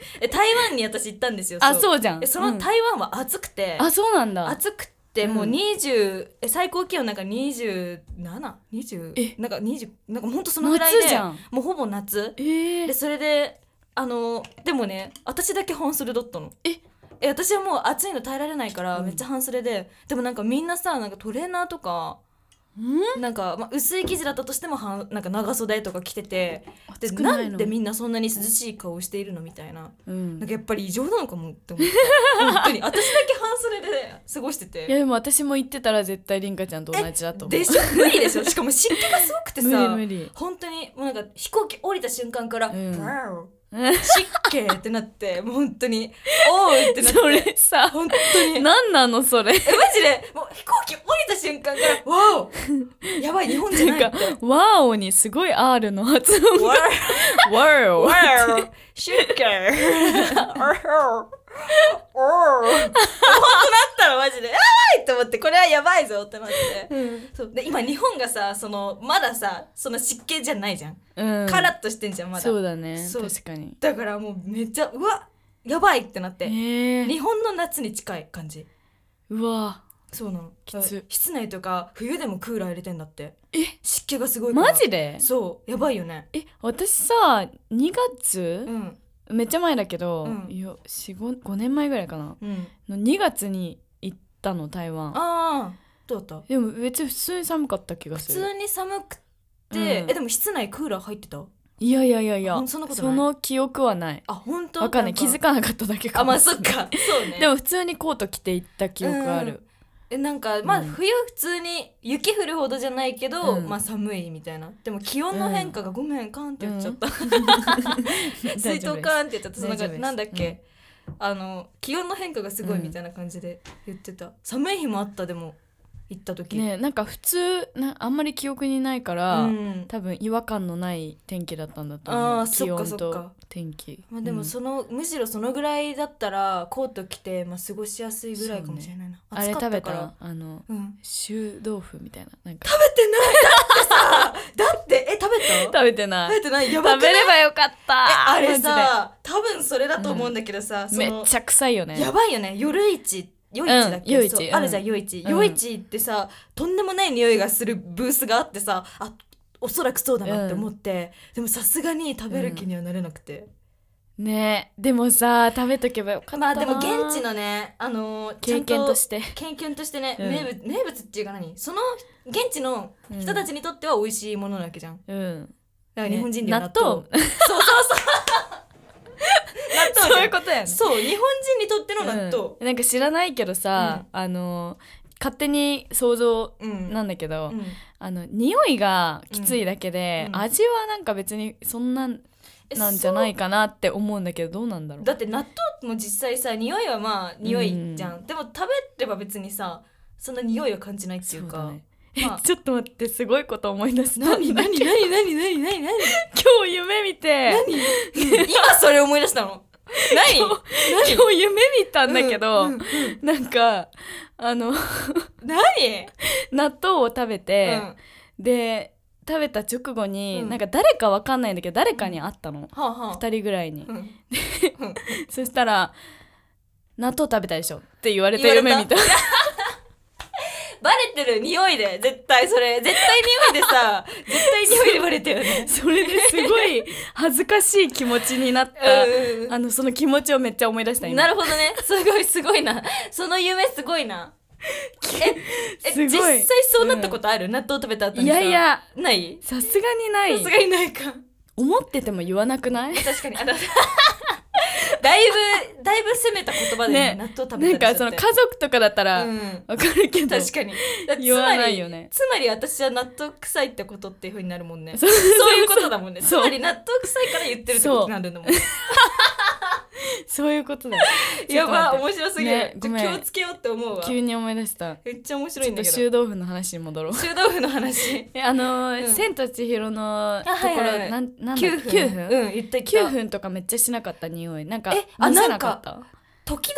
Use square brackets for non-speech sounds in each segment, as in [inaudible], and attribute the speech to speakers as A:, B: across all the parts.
A: [laughs] え台湾に私行ったんですよ
B: あそうじゃん
A: えその台湾は暑くて、
B: あそうなんだ
A: 暑くてもううん20、え最高気温なんか2720
B: え
A: なんか20なんかほんとそのぐらい
B: 夏じ
A: で
B: ゃん
A: もうほぼ夏
B: え
A: で
B: ー、
A: それであのでもね私だけ半袖だったの
B: え
A: え私はもう暑いの耐えられないから
B: うん
A: めっちゃ半袖で、でもなんかみんなさなんかトレーナーとか
B: うん
A: なんか、まあ、薄い生地だったとしてもはんなんか長袖とか着ててで
B: 暑く
A: ない
B: の
A: んでみんなそんなに涼しい顔をしているのみたいな
B: うん
A: なんかやっぱり異常なのかもって思った
B: [laughs]
A: 本当に私だけ半袖で過ごして
B: いや
A: て
B: でも私も行ってたら絶対凛花ちゃんと同じだと思う
A: でしょ無理でしょしかも湿気がすごくて
B: 無理
A: さ
B: 無理
A: 本当にもうなんか飛行機降りた瞬間から「
B: うん
A: わお
B: うん [laughs]
A: 湿気!」ってなってもう本当に「おう!」ってなって
B: それさ
A: 本当に
B: 何なのそれ
A: えマジでもう飛行機降りた瞬間か
B: [laughs]
A: ら「わおやばい日本じゃない」って
B: 「ワーオ」にすごい R の発
A: 「
B: 音
A: わ
B: が「ワー
A: お
B: オ」
A: わお湿気!」おお本当なったらマジで「やばい!」と思ってこれはやばいぞってなって。
B: うん
A: そうで今日本がさそのまださその湿気じゃないじゃん、
B: うん
A: カラッとしてんじゃんまだ
B: そうだね
A: そう
B: 確かに
A: だからもうめっちゃうわやばいってなっ
B: え
A: て、
B: ー、
A: 日本の夏に近い感じ
B: うわ
A: そうなの
B: きつ
A: 室内とか冬でもクーラー入れてんだって
B: え
A: 湿気がすごいから
B: マジで
A: そうやばいよね
B: え私さ2月
A: う、ん
B: めっちゃ前だけど、
A: うん
B: いや45年前ぐらいかな
A: うん
B: の2月に行ったの台湾
A: ああどうだった
B: でも別に普通に寒かった気が
A: 普
B: する
A: 通に寒くて、
B: うん
A: えでも室内クーラー入ってた
B: いやいやいやいや
A: ほんそんなことな
B: そ
A: い
B: の記憶はない
A: あ本当
B: わかんない気づ
A: か
B: かなかっただけか
A: あまあ
B: もしれ
A: そ
B: な
A: っ
B: い [laughs]
A: かそうね
B: でも普通にコート着て行った記憶ある、
A: えなんかまあ
B: うん
A: 冬普通に雪降るほどじゃないけど、
B: うん
A: まあ寒いみたいなでも気温の変化がごめんカーンって言っちゃった、水
B: 大丈夫
A: 筒
B: です
A: カーンって言っちゃったその
B: 大丈夫です
A: なんだっけ、あの気温の変化がすごいみたいな感じで言ってた、寒い日もあったでも行った時、
B: ねなんか普通なあんまり記憶にないか
A: う
B: ら、
A: ん
B: 多分違和感のない天気だったんだと思
A: あ
B: う
A: ー
B: 気
A: そっか
B: 温
A: そっか
B: と天気
A: まあ、でも
B: うん
A: その、むしろそのぐらいだったらコート着て、まあ、過ごしやすいぐらいかもしれないな、
B: あれ
A: 暑か
B: 食
A: っ
B: べ
A: たから
B: たあの
A: うん、
B: 臭豆腐みたいななんか
A: だってえ食べた
B: 食べてない
A: 食べてないやば
B: 食
A: くな
B: べ
A: い
B: ればよかった
A: えあれ
B: マ
A: さ多分それだと思うんだけどさ、
B: ジ
A: そ
B: で
A: の
B: めっちゃ臭いよね
A: やばいよね夜市夜市だっけ、
B: 夜市
A: そう
B: うん
A: あるじゃん夜市、
B: うん
A: 夜市ってさとんでもない匂いがするブースがあってさあおそらくそうだなって思って、でもさすがに食べる気にはなれなくて、
B: ねでもさ食べとけばよかったな
A: まあでも現地のねあのーちゃ
B: 経
A: ん
B: 験として
A: 経験としてね、
B: うん
A: 名物名物っていうか何その現地の人たちにとっては美味しいものなわけじゃん
B: うん
A: だから
B: ね
A: 日本人には納豆、
B: 納
A: そうそうそう納豆
B: そういう
A: じゃん
B: ことやね
A: そう日本人にとっての納豆、
B: うんなんか知らないけどさあの勝手に想像
A: うん
B: なんだけど
A: うん
B: あの匂いがきついだけで
A: うんうん
B: 味はなんか別にそんな
A: え
B: なんじゃないかなって思うんだけどどうなんだろう
A: だって納豆も実際さ匂いはまあ匂いじゃん、でも食べれば別にさそんな匂いを感じないっていう
B: そう
A: か
B: だね
A: まあ
B: ちょっと待ってすごいこと思い出した
A: 何何何何何何何
B: 今日夢見て
A: 何今それ思い出したの何
B: 今今日夢見たんだけど、
A: うんうん
B: なんかあの
A: 何、
B: 納豆を食べて、
A: うんは
B: で食べた直後に、
A: うん
B: なんか誰かわかんないんだけど誰かに会ったの、
A: あはあ
B: 二人ぐらいに、
A: うんうん
B: そしたら「納豆食べたでしょ」って言われて
A: 言われた
B: 夢見た
A: バレてる匂いで絶対それ絶対匂いでさ絶対匂いでバレてるよね
B: [laughs] それですごい恥ずかしい気持ちになった、
A: うん
B: あのその気持ちをめっちゃ思い出した今
A: なるほどねすごいすごいなその夢すごいなえ
B: すごい
A: 実際そうなったことある、納豆食べた後に
B: い
A: さ
B: やいや
A: ない
B: さすがにない
A: さすがにないか
B: 思ってても言わなくない
A: 確かにあ
B: [laughs]
A: のだいぶだいぶ攻めた言葉で、ね
B: ね
A: 納豆食
B: な
A: べ
B: ん
A: たり
B: か
A: しち
B: そ
A: ゃっ
B: の
A: て
B: 家族とかだったら、
A: うん
B: わかるけど
A: 確かにだ
B: 言わないよね
A: つまりつまり私は納豆臭いってことっていうふうになるもんね
B: そう
A: そういうことだもんねつ
B: そう
A: まり納豆臭いから言ってるってことになるんだもん
B: そういうことだよ
A: やば
B: ちょっと待って
A: 面白すぎる、
B: ね
A: ちょ
B: ごめん
A: 気をつけようって思うわ
B: 急に思い出した
A: めっちゃ面白
B: ち
A: い
B: ょ
A: ん
B: っ
A: だけど
B: と臭豆腐の話に
A: [laughs]
B: 戻ろう
A: 臭豆腐の話
B: えあのー
A: うん
B: 千と千尋のところ、
A: はいはいはい
B: なんなんだ
A: 9
B: 9
A: 分
B: 分
A: うん言った言った
B: 9分とかめっちゃしなかった匂いなんか
A: えあ
B: なせなかった
A: 時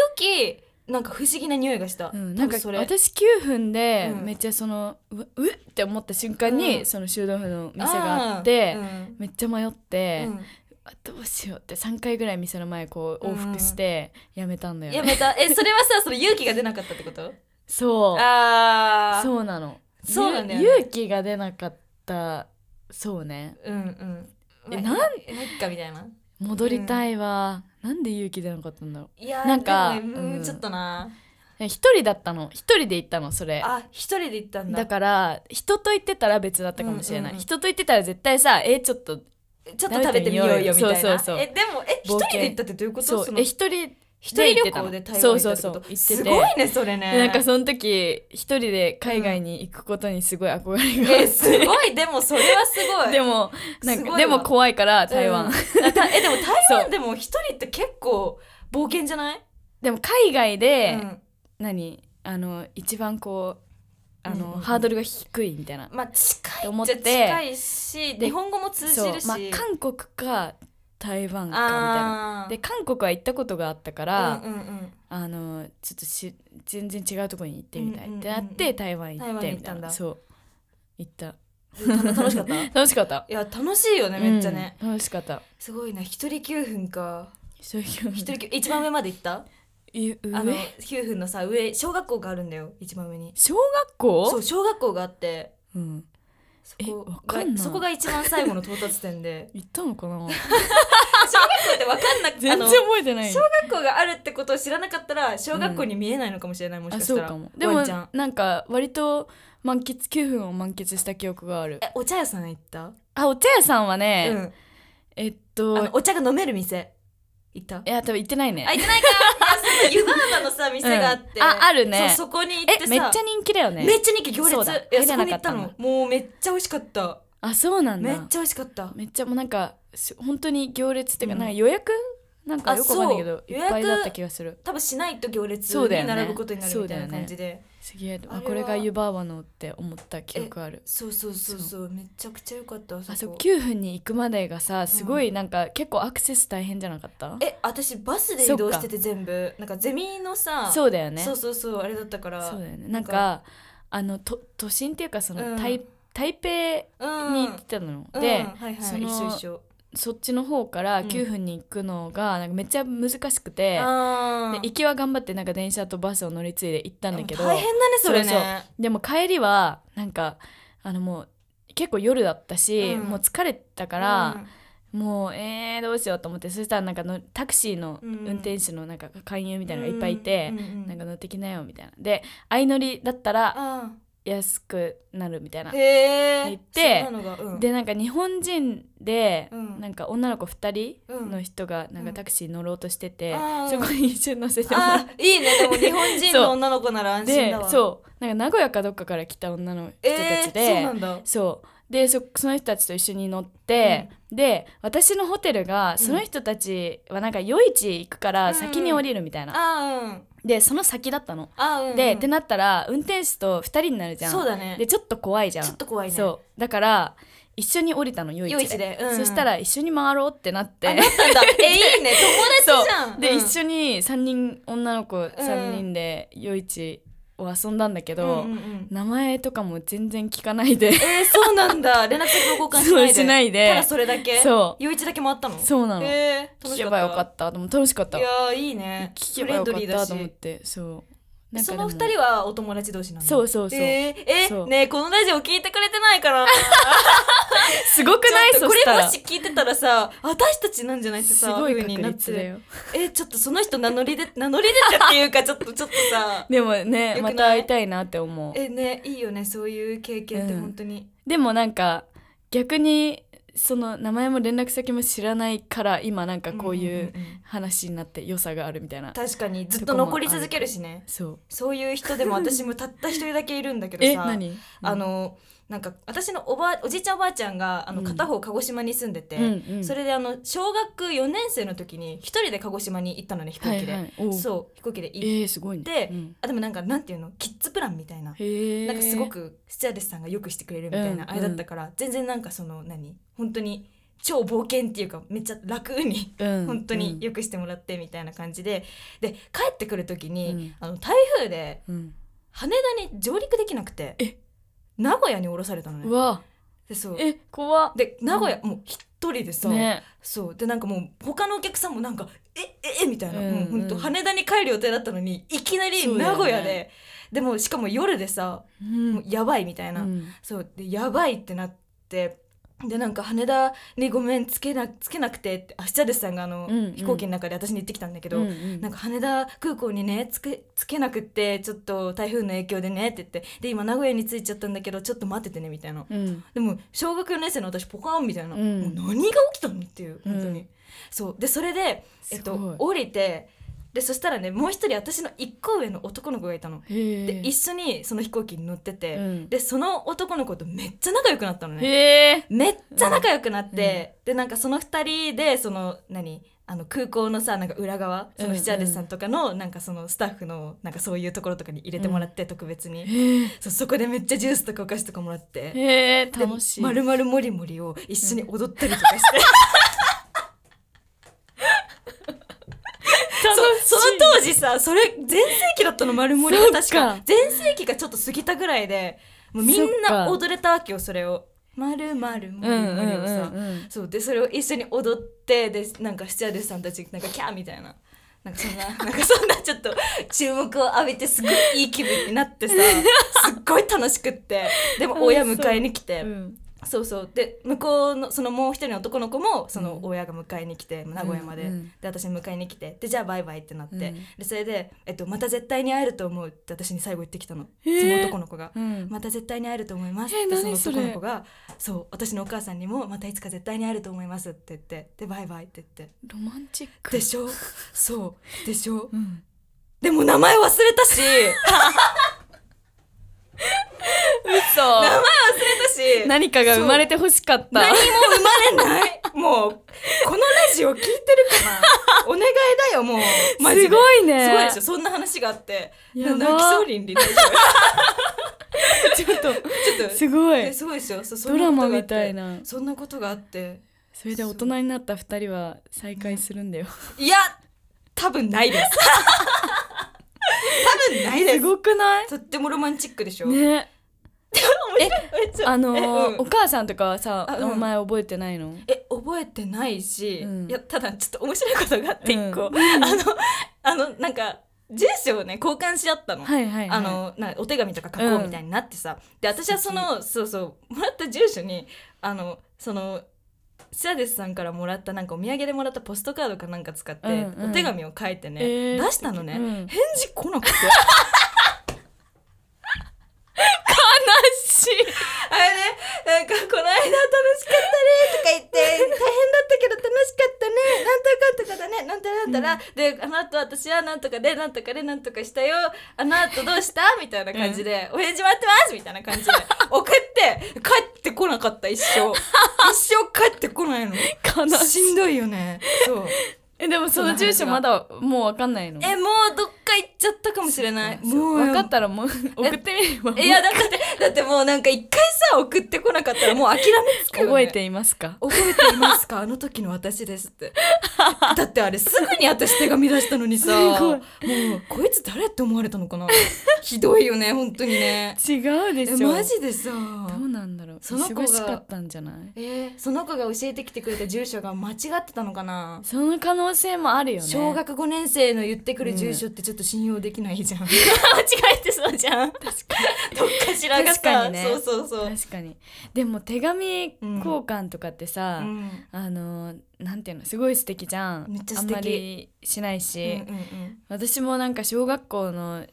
A: 々なんか不思議な匂いがした、
B: うん、なんか
A: 多分それ
B: 私9分で
A: うん
B: めっちゃその、うわうっって思った瞬間に、
A: うん
B: その臭豆腐の店があって
A: ーうん
B: めっちゃ迷って、
A: うん
B: あどうしようって3回ぐらい店の前こう往復してやめたんだよね、
A: やめたえそれはさその勇気が出なかったってこと
B: そう
A: ああ
B: そうなの
A: そうなんだよね
B: ゆ勇気が出なかったそうね
A: うんうんま
B: え
A: あ
B: なん
A: えいっかみたいな
B: 戻りたいわ、なんで勇気出なかったんだろう
A: いやー
B: なんか
A: でもねう、
B: うんん
A: ちょっとな
B: え一人だったの一人で行ったのそれ
A: あ一人で行ったんだ
B: だから人と行ってたら別だったかもしれな
A: う
B: い、
A: んうんうん
B: 人と行ってたら絶対さえちょっと
A: ちょっと食べてみようよみたいな
B: そうそうそう
A: えでもえ一
B: 冒険
A: 人で行ったってどういうこと
B: そう
A: その
B: え一人
A: 一人旅行で台湾行ったってこと
B: そうそうそう行ってて
A: すごいねそれね
B: なんかその時一人で海外に行くことにすごい憧れがあって、
A: えすごいでもそれはすごい
B: [laughs] でもなん
A: すごい
B: か
A: わ
B: でも怖いから台
A: うん
B: 湾、
A: あたえでも台
B: そ
A: 湾
B: う
A: でも一人って結構冒険じゃない
B: でも海外で、
A: うん
B: 何あの一番こうあの、
A: うんうんうん
B: ハードルが低いみたいな
A: まあ近
B: と
A: い
B: 思
A: っ
B: っ
A: ちゃ
B: て
A: 近いし
B: で
A: 日本語も通じるし、
B: まあ、韓国か台湾かみたいな
A: あー
B: で韓国は行ったことがあったから、
A: うんうん
B: あのちょっとし全然違うところに行ってみたいってなっ
A: うんうんうんう
B: て
A: ん
B: 台湾行
A: 台
B: っ
A: 湾に
B: て
A: 行
B: み
A: った
B: た
A: ん
B: い
A: だ
B: なそう行った
A: うんた楽しか [laughs] ったい
B: 楽しかった
A: や楽しいよねめっちゃね、
B: うん楽しかった
A: すごいな一人9分か
B: そういう
A: 一人9一番上まで行った
B: え
A: あの
B: 上
A: 9分のさ上小学校があるんだよ一番上に
B: 小学校
A: そう小学校があって
B: うん
A: そ
B: え
A: こ
B: わ
A: が
B: かんない
A: そこが一番最後の到達点
B: [laughs]
A: で
B: 行ったの
A: [laughs]
B: かな
A: 小学校って分かんなくてあ
B: 全然
A: の
B: 覚えてない
A: 小学校があるってことを知らなかったら小学校に見えないのかもしれない、もし
B: あ
A: かし
B: そう
A: たら
B: かもでも
A: ワンちゃん
B: なんか割と満喫9分を満喫した記憶がある
A: えお茶屋さん行った、
B: あお茶屋さんはね、
A: うん
B: えっ
A: あ
B: と
A: のお茶が飲める店行った
B: いや多分行ってないね
A: あ行ってない
B: [laughs]
A: かいやその湯婆婆のさ店があって、
B: うんああるね
A: そうそこに行って
B: え
A: さ
B: めっちゃ人気だよね
A: めっちゃ人気行
B: そ
A: 列
B: うだ
A: いや
B: 入
A: そこ
B: れな
A: に行
B: かっ
A: った
B: たんだ
A: のもうめっちゃ美味しかった
B: あそうなんだ
A: めっちゃ美味しかった
B: めっちゃもうなんかし本当に行列っていうか,、
A: うん
B: なんか予約なんか
A: あ
B: よくわかんないけど
A: そう
B: いっぱい
A: 予約
B: だった気がする
A: 多分しないと行列
B: そう
A: に
B: だよね
A: 並ぶことになるみたい
B: そ
A: な
B: うだよね
A: 感じで
B: すげえ
A: あれは
B: あこれが湯婆婆のって思った記憶ある
A: そうそうそうそうめちゃくちゃ良かった
B: あ
A: あ
B: そ
A: そうこ
B: 9分に行くまでがさすごいなんか、結構アクセス大変じゃなかった
A: え私バスで移動してて全部なんかゼミのさ
B: そうだよね
A: そうそうそうあれだったから
B: そうだよねなんか
A: な
B: あのと都心っていうかその、
A: うん
B: 台台北
A: うん
B: に行ってたの、
A: うん
B: で、
A: はいは
B: そ
A: い
B: の
A: 一緒一緒
B: そっちの方から
A: うん
B: 9分に行くのがなんかめっちゃ難しくて、
A: あ
B: で
A: ー
B: 行きは頑張ってなんか電車とバスを乗り継いで行ったんだけど、
A: 大変だねそれ
B: そう
A: ね
B: でも帰りはなんかあのもう結構夜だったし、
A: うん
B: もう疲れたから、もうえー、どうしようと思ってそしたらなんかのタクシーの
A: うん
B: 運転手のなんか勧誘み
A: み
B: たいなのがいっぱいいて、
A: な
B: なんか乗ってきなよみたいなで相乗りだったら
A: あ
B: 安くなるみたいな
A: ーへえ
B: 行って
A: そんなのがうん
B: でなんか日本人で、
A: うん
B: なんか女の子2
A: うん
B: 人の人がなん
A: う
B: か
A: ん
B: タクシー乗ろうとしてて、
A: あー
B: そこに一緒に乗せてもらっ
A: あーいいねでも日本人の女の子なら安心
B: て
A: だわ
B: そうなんか名古屋かどっかから来た女の人
A: え
B: たちで、
A: ーそうなんだ
B: そうでそその人たちと一緒に乗って、で私のホテルがその人たちはなんか夜市行くから先に降りるみたいな、
A: あーうん
B: でその先だったの。
A: あーうんうん
B: で、ってなったら運転手と2人になるじゃん
A: そうだね
B: でちょっと怖いじゃん
A: ちょっと怖いね
B: そうだから一緒に降りたの夜
A: 夜
B: 市
A: 市
B: で
A: でうんうん
B: そしたら一緒に回ろうってなって
A: あなったん
B: [laughs]
A: だえいいね友達じゃん
B: そうで、一
A: 緒
B: 緒に3人女の子3人で夜市を遊んだんだけど、名前とかも全然聞かないで
A: えーそうなん
B: [laughs]
A: だ連絡先を交換しないで
B: そうしないで
A: ただそれだけう
B: そう
A: 余一だけ回ったの
B: そうなの、
A: えー楽し
B: 聞け
A: かっ
B: ば
A: た
B: よかったと思って楽しかった
A: いやーいいね
B: 聞けばよか
A: フレンドリ
B: っ
A: ーだ
B: た
A: し
B: と思ってそうなんか
A: そ
B: でも
A: の二人はお友達同士なの
B: そうそうそう
A: えーえ
B: そう
A: ねえこのラジオ聞いてくれてないから
B: [laughs]
A: な
B: すごくない
A: ちょっと
B: そ
A: こ
B: し
A: れ
B: た
A: も
B: ら
A: し聞いてたらさ私たちなんじゃないって
B: す
A: さ
B: ごい
A: 風に
B: 確
A: なっ
B: 率だ
A: て
B: よ
A: えちょっとその人名乗り出 [laughs] 名乗り出たっていうかちょっとちょっと
B: [laughs]
A: さ
B: でも
A: よくな
B: ね
A: い
B: また会いたいなって思う
A: えねいいよねそういう経験って
B: うん
A: 本当に、
B: でもなんか逆にその名前も連絡先も知らないから今なんかこうい
A: ん
B: ううん
A: んん
B: 話になって良さがあるみたいな
A: 確かにずっと残り続けるしね
B: そう
A: そういう人でも私もたった一人だけいるんだけどさ
B: え何
A: あのなんか私のおばおじいちゃんおばあちゃんがあの
B: うん
A: 片方鹿児島に住んでて、
B: うんうん
A: それであの小学4年生の時に一人で鹿児島に行ったのね飛行機で、
B: はいはいおう
A: そう飛行機で
B: え
A: 行っ
B: ーすごいね
A: て
B: うん
A: あでもなんかなんていうのキッズプランみたいな、
B: へえ
A: なんかすごくスチュアレスさんがよくしてくれるみたい
B: うん
A: なあれだったから、全然なんかその何本当に超冒険っていうかめっちゃ楽に
B: うん
A: 本当に
B: よ
A: よくしてもらってみたいな感じでで帰ってくる時に、
B: うん
A: あの台風で
B: うん
A: 羽田に上陸できなくて
B: え
A: 名古屋に降ろされたのね
B: うわ
A: でそう
B: え怖っ
A: で名古屋、もうひとりでさ、
B: ね
A: そうでなんかもう他のお客さんもなんか「えええみたいな、
B: うんうん
A: もうほんと羽田に帰る予定だったのにいきなり名
B: そう
A: 古
B: だ
A: 屋
B: よ
A: で、
B: ね
A: でもしかも夜でさ、
B: うん
A: もうやばいみたいな、
B: うん
A: そうでやばいってなってでなんか羽田にごめんつけなつけなくてってアシチャデスさんがあの、
B: うんうん
A: 飛行機の中で私に言ってきたんだけど、
B: うんうん
A: なんか羽田空港にねつけつけなくってちょっと台風の影響でねって言ってで今名古屋に着いちゃったんだけどちょっと待っててねみたいな
B: うん
A: でも小学4年生の私ポカーンみたいな、
B: うん
A: もう何が起きたのっていう本当に、
B: う
A: そうでそれで、えっ
B: すご
A: と
B: い、
A: 降りてでそしたらねもう一人私の一個上の男の子がいたの、
B: へ
A: で
B: え
A: 一緒にその飛行機に乗ってて、
B: うん
A: でその男の子とめっちゃ仲良くなったのね
B: へえ
A: めっちゃ仲良くなって、でなんかその二人でその何あの空港のさなんか裏側そのシチャーデスさんとかの、なんかそのスタッフのなんかそういうところとかに入れてもらって、特別に
B: へえ
A: そうそこでめっちゃジュースとかお菓子とかもらって。
B: へえ楽しい
A: まるまるもりもりを一緒に踊ったりとか
B: [laughs]
A: して、そその当時さそれ全盛期だったのまるもりは
B: そっか
A: 確か全盛期がちょっと過ぎたぐらいでもうみん
B: そっ
A: な
B: か
A: 踊れたわけよそれをまるまるも
B: う
A: り
B: んう
A: もり
B: ん
A: を
B: う
A: さ、
B: んうん
A: そうでそれを一緒に踊ってでなんかスチュアーデスさんたちなんかキャーみたいななんかそんな [laughs] なんかそんなちょっと注目を浴びてすごいいい気分になって
B: [laughs]
A: さすっごい楽しくってでも親迎えに来て、
B: うん
A: そうそうで向こうのそのもう一人の男の子もその親が迎えに来て、名古屋まで、
B: うんうん
A: で私に迎えに来てでじゃあバイバイってなって、
B: うん
A: でそれで、えっと「また絶対に会えると思う」って私に最後言ってきたの、
B: へ
A: その
B: え
A: 男の子が。
B: うん
A: また絶対に会えると思います
B: え
A: ってその
B: 何それ
A: 男の子がそう私のお母さんにもまたいつか絶対に会えると思いますって言ってでバイバイって言って
B: ロマンチック
A: でし
B: [laughs]
A: ょそうでしょ
B: うん
A: でも名前忘れた
B: [laughs]
A: し
B: 嘘
A: 名前忘れたし
B: 何かが生まれて欲しかった
A: 何も生まれないもうこのラジオ聞いてるかなお願いだよも
B: [laughs]
A: うマジです
B: ごいね
A: すごいでしょそんな話があって
B: やば
A: 泣きそう倫理でちょ
B: [laughs]
A: っとちょっと
B: すご
A: え
B: い
A: すごいですよそうそ
B: ド
A: んな
B: ラ
A: こと
B: マ
A: があって
B: みたいな
A: そんなことがあって
B: それで大人になった二人は再会するんだよ
A: いや、多分ないです。多分
B: [laughs]
A: ないですす。
B: ごくない
A: とってもロマンチックでしょ。 [laughs]
B: ね
A: え
B: あの
A: え
B: ー
A: うん
B: お母さんとかはさ
A: あうん
B: お前覚えてないの
A: え覚えてないし、
B: うん
A: いやただちょっと面白いことがあって
B: うん
A: 一個、あのあのなんか住所をね交換し合ったの。
B: はいはいはい
A: あのなお手紙とか書こうみたいになってさ、で私はそのそうそうもらった住所にあのそのシアデスさんからもらったなんかお土産でもらったポストカードかなんか使って、
B: うんうん
A: お手紙を書いてね、
B: えー
A: 出したのね、
B: うん
A: 返事来
B: [laughs]
A: なくて
B: 悲しい
A: あれね、なんかこの間楽しかったねとか言って、大変だったけど楽しかったね、なんとかなんとかだね、なんたらなんたら、で、あの後私はなんとかで、なんとかで、なんとかしたよ、あの後どうしたみたいな感じで、お返事待ってますみたいな感じで、送って、帰ってこなかった、一生。一生帰ってこないの。
B: 悲しい
A: しんどいよね。そう。
B: えでもその住所まだもうわかんないの
A: え、もうどっか行っちゃったかもしれない。も
B: も
A: う
B: う。分かったらもう送ってみれば
A: いや、だって、だってもうなんか一回さ、送ってこなかったらもう諦めつくよね。
B: 覚えていますか
A: 覚えていますか [laughs] あの時の私です [laughs] ってだってあれすぐに私手紙出したのにさ
B: すごい
A: もうこいつ誰って思われたの [laughs] かなひどいよね本当にね
B: 違うで
A: え
B: しょ
A: マジでさ
B: どうなんだろう
A: その子が
B: 忙しかったんじゃない
A: えーその子が教えてきてくれた住所が間違ってたのかな、
B: その可能性もあるよね
A: 小学5年生の言ってくる住所ってちょっと信用できないじゃん、間 [laughs] 違えてそうじゃん確かにどっかしらがさ
B: 確かにね
A: そうそうそう、
B: 確かにでも手紙
A: うん
B: 交換とかってさ、
A: うん
B: あのなんていうのすごい素敵じゃん
A: めっちゃ
B: あ
A: 素
B: ん
A: 敵
B: まりしないし、
A: うんうん
B: 私もなんか小学校の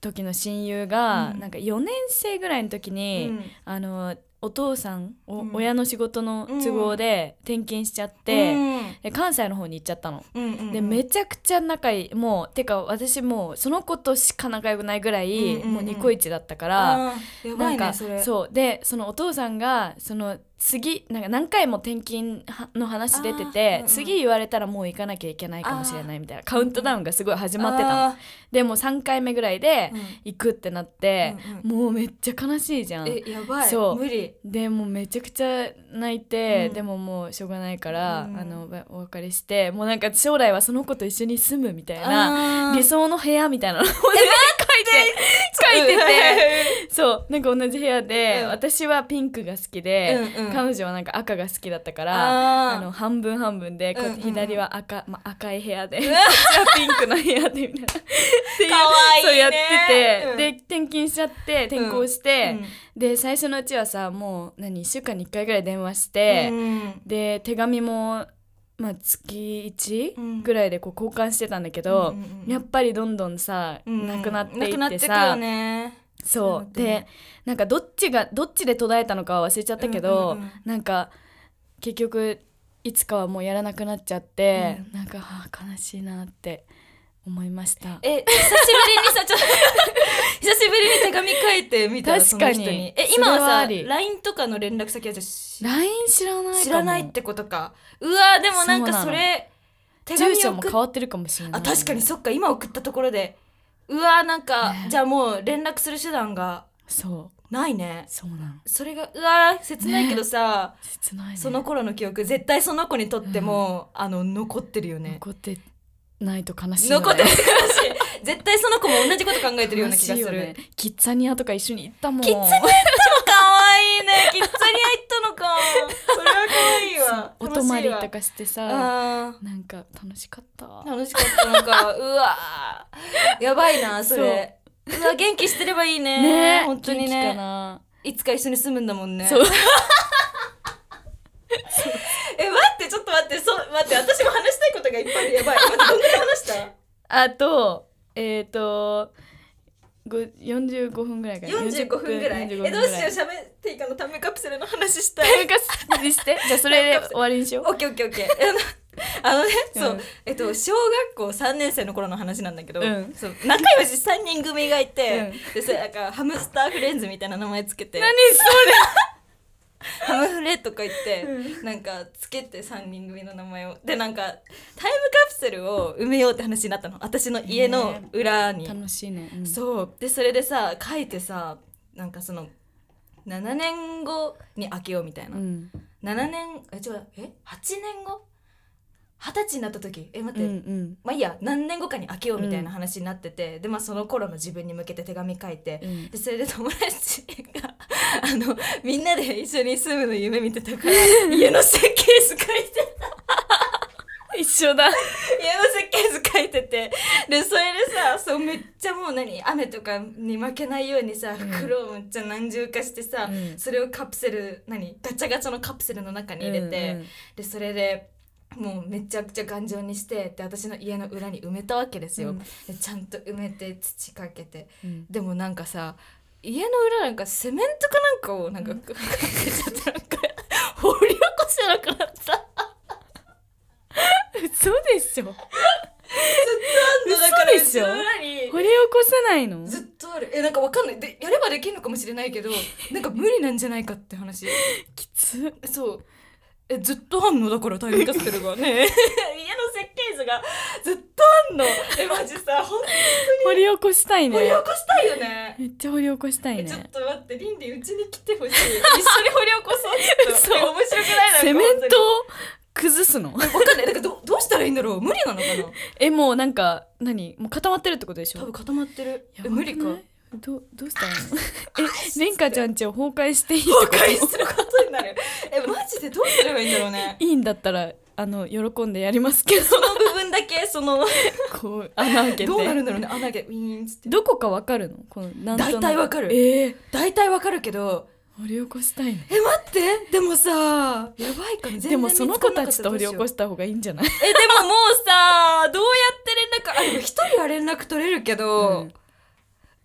B: 時の親友が、
A: うん
B: なんか4年生ぐらいの時
A: う
B: に、
A: ん
B: あのお父さん、お
A: うん
B: 親の仕事の都合で転勤しちゃって、で関西の方に行っちゃったの。
A: うんうんうん
B: でめちゃくちゃ仲いいもうてか私もうその子としか仲良くないぐらい、
A: うんうんうん
B: もうニコイチだったから、
A: あーやば
B: なん
A: いね
B: か
A: それ
B: そうでそのお父さんがその次なんか何回も転勤はの話出て
A: あー
B: て、
A: うんうん
B: 次言われたらもう行かなきゃいけないかもしれないみたいなカウントダウンがすごい始まってたの
A: あ
B: でもう3回目ぐらいで
A: ーうん
B: 行くってなって、
A: う
B: もうめっちゃ悲しいじゃん
A: えやばい
B: そう
A: 無理
B: でもうめちゃくちゃ泣いて、
A: うん
B: でももうしょうがないから、
A: うん
B: あのおお別れしてもうなんか将来はその子と一緒に住むみたいな
A: あー
B: 理想の部屋みたいなのをね [laughs] 書いてて
A: て
B: そうなんか同じ部屋で、
A: うん
B: 私はピンクが好きで、
A: [laughs] うんうん
B: 彼女はなんか赤が好きだったからあ
A: あ
B: の
A: の
B: 半分半分でこうやって
A: うんうんうん
B: 左は赤,、まあ、赤い部屋でこっち
A: わ
B: はピンクの部屋でみたいな。っていう
A: かわいいね
B: そうやってて、
A: うん
B: で転勤しちゃって転校して、で最初のうちはさもう何1週間に1回ぐらい電話して、で手紙も、まあ、月
A: う
B: 1
A: ん
B: ぐらいでこう交換してたんだけど、やっぱりどんどんさ、なくなっていってさ
A: くよね
B: そう、
A: うん
B: でなんかどっちがどっちで途絶えたのかは忘れちゃったけど、
A: うんうんうん
B: なんか結局いつかはもうやらなくなっちゃって、
A: う
B: なんかはあ悲しいなって思いました
A: え [laughs] 久しぶりにさちょっと [laughs] 久しぶりに手紙書いてみたら
B: 確かに
A: その人にえ
B: それ
A: 今
B: は
A: は
B: あ
A: さ
B: り
A: LINE とかの連絡先はじゃあし
B: LINE 知らないかも
A: 知らないってことかうわでもなんか
B: そうなの
A: それ手
B: 住
A: 紙
B: 所も
A: 送っ
B: 変わってるかもしれない
A: あ確かにそっか今送ったところでうわなんか、
B: ね
A: じゃあもう連絡する手段が
B: そう
A: ないね
B: そうなの
A: それがうわ切ないけどさ、
B: 切ないね
A: その頃の記憶絶対その子にとっても、あの残ってるよね
B: 残ってないと悲しいよね
A: 残ってるし絶対その子も同じこと考えてるような気がす
B: 悲しいよ
A: る
B: ねキッザニアとか一緒に行ったもん
A: キッザニかわいいねキッザニア行ったのかそれはかわいいわ
B: お泊まりと
A: 楽し
B: かして
A: い
B: さ
A: わうん
B: なんか楽しかった
A: 楽しかったのかうわやばいなそれうわ元気してればいいね本当に
B: 元気か
A: ね
B: ない
A: つか一緒に住むんだもんね
B: そう
A: え待ってちょっと待ってそう待って私も話したいことがいっぱいで [laughs] やばい待ってどんぐらい話した
B: あとえっ、ー、とご45分ぐらいかな
A: 45分ぐらい
B: 45
A: えどうしよう喋っていいかのタイムカプセルの話したい
B: [laughs]
A: [laughs]
B: なんかすしてじゃあそれで終わりにしよ
A: オ
B: う
A: ッケーオッケーオッケーえ [laughs] あのあのね、そううんえっと小学校3年生の頃の話なんだけど、
B: うん
A: そう仲良し3人組がいて、でそれなんかハムスターフレンズみたいな名前つけて
B: 何
A: ハムフレとか言って、なんかつけて3人組の名前をでなんかタイムカプセルを埋めようって話になったの私の家の裏に
B: それ楽しいね、うん
A: そうでそれでさ書いてさなんかその7年後に開けようみたいな、
B: うん
A: 7年え違うえ8年後二十歳になった時え待
B: う
A: っ
B: ん
A: て、
B: うん
A: まあいいや何年後かに開けようみたいな話になってて、でまあその頃の自分に向けて手紙書いて、
B: うん
A: でそれで友達があのみんなで一緒に住むの夢見てたから
B: [laughs]
A: 家の設計図書いて
B: 一緒だ
A: 家の設計図書いててでそれでさそうめっちゃもう何雨とかに負けないようにさ
B: うん
A: 袋をめっちゃ何重化してさ、
B: うん
A: それをカプセル何ガチャガチャのカプセルの中に入れて、でそれでもうめちゃくちゃ頑丈にしてで私の家の裏に埋めたわけですよ、
B: うん
A: でちゃんと埋めて土かけて
B: うんうん
A: でもなんかさ家の裏なんかセメントかなんかをなんか、かけちゃってなんか掘り起こせなくなった
B: うん嘘でしょ
A: なんだから
B: 嘘でしょ
A: うちの裏に
B: 掘り起こせないの
A: ずっとあるえなんかわかんないでやればできるのかもしれない [laughs] けどなんか無理なんじゃないかって話
B: きつ
A: そうえずっと反応だからタイムカプセルがね [laughs] 家の設計図がずっとあんのえマジさほん
B: 掘り起こしたい
A: 掘り起
B: ね
A: こしたいよね。
B: めっちゃ掘り起こしたい
A: え
B: ね
A: ちょっと待って、リンリンうちに来てほしい。一緒に掘り起こそう。ちょっと
B: 嘘
A: え面白くないな
B: セメントを崩すの
A: ト。わかんない。なんかどどうしたらいいんだろう。無理なのかな。
B: えもうなんか何もう固まってるってことでしょ
A: 多分固まってる。
B: や
A: え
B: ばくな
A: 無
B: い
A: 理か。
B: どどうした
A: [laughs]
B: のえレンカちゃんちを崩壊していいってこと
A: 崩壊することになる。えマジでどうすればいいんだろうね。
B: いいんだったらあの喜んでやりますけど
A: その部分だけ [laughs] その
B: こう穴開けて
A: どうなるんだろうね。穴開けウィーンっつって。
B: どこかわかるのこのなんとな
A: 大体わかる
B: ええ
A: 大体わかるけど。
B: 掘り起こしたいね
A: え待って。でもさ、やばいかも。全然
B: でもその
A: 見つか
B: 子
A: んな
B: た
A: かっ
B: ちと掘り起こ
A: し
B: した方がいいんじゃない
A: えでももうさ、どうやって連絡あでも一人は連絡取れるけど。
B: うん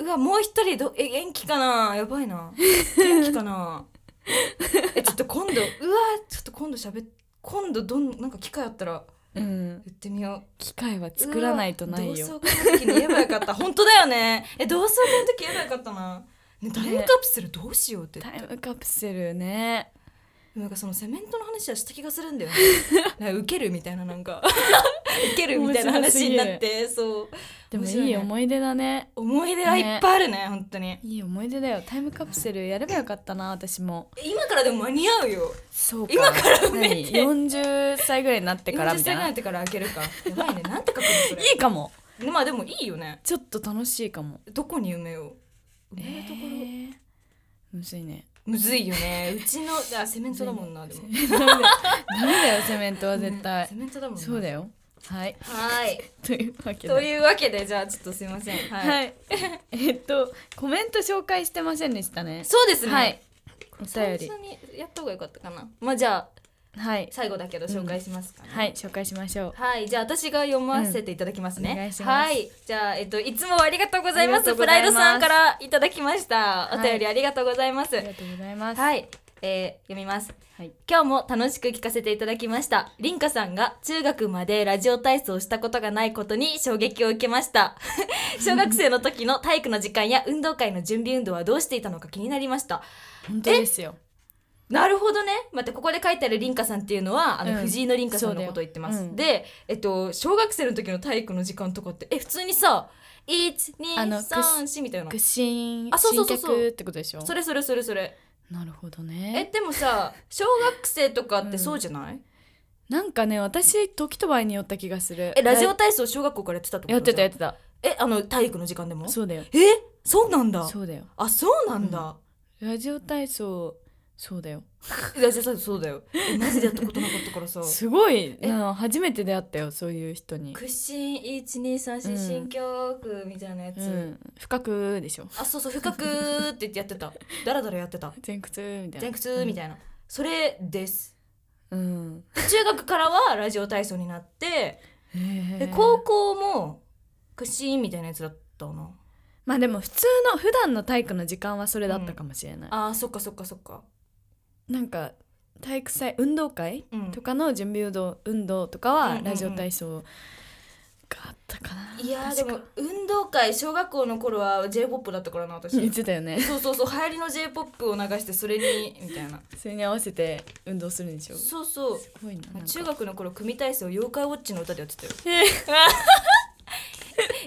A: うわもう一人どえ元気かなやばいな元気かなえちょっと今度うわちょっと今度しゃべ今度どんなんか機会あったら
B: うん
A: 言ってみよ
B: 機会は
A: う
B: 作らないとないうよ
A: わ同窓会の時に言えばよかった [laughs] 本当だよねえ同窓会の時言えばよかったなねタイムカプセルどうしようって、
B: タイムカプセルね
A: なんかそのセメントの話はした気がするん
B: [laughs]
A: だよねなんかウケるみたいななんかウケるみたいな話になってそう
B: でも
A: 面白い
B: いい
A: ね
B: 思い出だね
A: 思い出がいっぱいあるね本当に
B: いい思い出だよタイムカプセルやればよかったな私も
A: 今からでも間に合うよ
B: そうか
A: 今から埋め
B: 何40歳ぐらいになってからみたい
A: 40歳ぐら
B: ないい
A: だから開けるか。やばいね。なんて書くのそれ。
B: いかも
A: まあでもいいよね
B: ちょっと楽しいかも
A: どこに夢を埋めるところ、
B: えーむずいね
A: むずいよねうちのあセメントだもんなでも
B: ダメだよダメだよセメントは絶
A: ね
B: 対
A: セメントだもんな
B: そうだよはい
A: はい
B: というわけで
A: というわけでじゃあちょっとすいま
B: [laughs]
A: せんはい、
B: はい、えっとコメント紹介してませんでしたね
A: そうですね、
B: はいお
A: 最
B: 便
A: 初
B: り
A: にやった方が良かったかなまあじゃあ
B: はい
A: 最後だけど紹介しますかね、
B: はい紹介しましょう
A: はい、じゃあ私が読ませていただきますね。
B: うんお願いします
A: はい、じゃあえっといつもありがとうございま
B: ありがと
A: す。
B: うご
A: プ
B: ざ
A: ラ
B: い
A: イ
B: ます
A: ドさんからいただきました。
B: はい
A: お便りありがとうございます。
B: あ
A: は
B: り
A: い、
B: がとうございます
A: えー読みます。
B: はい
A: 今日も楽しく聞かせていただきました。リンカさんが中学までラジオ体操をしたことがないことに衝撃を受けま
B: [laughs]
A: した。小学生の時の体育の時間や運動会の準備運動はどうしていたのか気になりました。
B: 本当ですよ
A: なるほどね待ってここで書いてある凛花さんっていうのはあの、
B: うん
A: 藤井の凛花さんのことを言ってます、
B: そうだようん
A: で、えっと、小学生の時の体育の時間とかってえ普通にさ
B: あの
A: 1234みたいな
B: 屈伸
A: あそうそう
B: 新
A: そうそう
B: 脚ってことでしょ
A: それそれそれそれ
B: なるほど
A: え
B: ね
A: でもさ小学生とかってそうじゃない、
B: なんかね私時と場合によった気がする
A: えラジオ体操小学校からやってたってこと
B: やってたやっ
A: じ
B: てた
A: ゃんえあの体育の時間でも
B: そうだよ
A: えそうなんだ
B: そうだよ
A: あそうなんだ、
B: ラジオ体操そうだよ
A: ラジオ体操そうだよえマジでやったことなかったから
B: [laughs]
A: さ
B: すごいな初めて出会ったよそういう人に、
A: 屈伸1234
B: うん
A: 新曲みたいなやつ、
B: うん、深くでしょ
A: あそうそう深くって言ってやって
B: [laughs]
A: ただらだらやってた
B: 前屈みたいな
A: 前屈みたいな、それです
B: うん、
A: で中学からはラジオ体操になって
B: へ
A: で
B: ー
A: 高校も屈伸みたいなやつだったな
B: まあでも普通の普段の体育の時間はそれだったかもしれない、
A: あーそっかそっかそっか
B: なんか体育祭運動会
A: うん
B: とかの準備運動運動とか
A: うんうん
B: は
A: うん
B: ラジオ体操があったかな、
A: いやーで
B: 確か
A: も運動会小学校の頃は j p o p だったからな私
B: 言ってたよね
A: そうそうそう流行りの j p o p を流してそれにみたいな
B: それに合わせて運動するんでしょす
A: そうそう
B: ごいななんか
A: 中学の頃組体操妖怪ウォッチの歌でやって [laughs] たよ
B: え
A: 「よう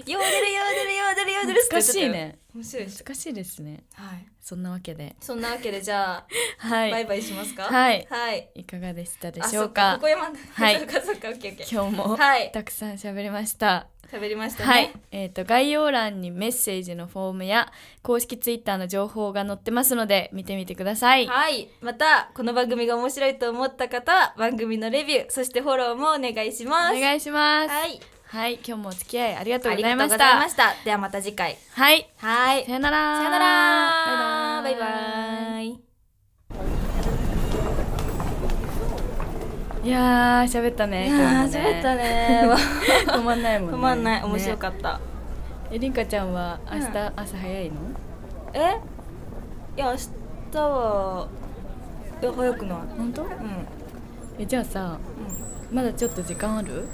A: でるようでるようでるようでる」って言
B: 難
A: って
B: した
A: よ
B: いね
A: [laughs] 面白いでしょ
B: 難しいですね
A: はい
B: そんなわけで
A: そんなわけでじゃあ
B: はい
A: バイバイしますか。
B: はい
A: はい。
B: いかがでしたで
A: あ
B: しょ
A: そうっか
B: か
A: ここ山。は。
B: はいい
A: そっかそっか。オッケーオッケー。
B: 今日も
A: はい
B: たくさん喋りました
A: 喋りましたね。
B: はい、えっ、と概要欄にメッセージのフォームや公式ツイッターの情報が載ってますので見てみてください。
A: はい。またこの番組が面白いと思った方は番組のレビューそしてフォローもお願いし
B: お
A: ます。
B: 願いします。はい、
A: はい。
B: 今日もお付き合いありがとう
A: あ
B: ご
A: り
B: ざ
A: が
B: い
A: とうご
B: ま
A: ざ
B: し
A: い
B: た。
A: ました。ではまた次回。
B: はい、
A: はい。
B: さよなら。
A: さよなら。
B: バイバイ。
A: バイ。
B: いやー、喋ったね。
A: いやー
B: 今日も
A: 喋った [laughs] ね。わ
B: ね。止まんないもんね。
A: 止まんない。面白
B: っ
A: かった。
B: た。え、りんかちゃんは明
A: う
B: 日
A: ん
B: 朝早いの？
A: え？いや明日は。いや早くない。
B: 本当？
A: うん。
B: え、じゃあさ、
A: うん
B: まだちょっと時間ある？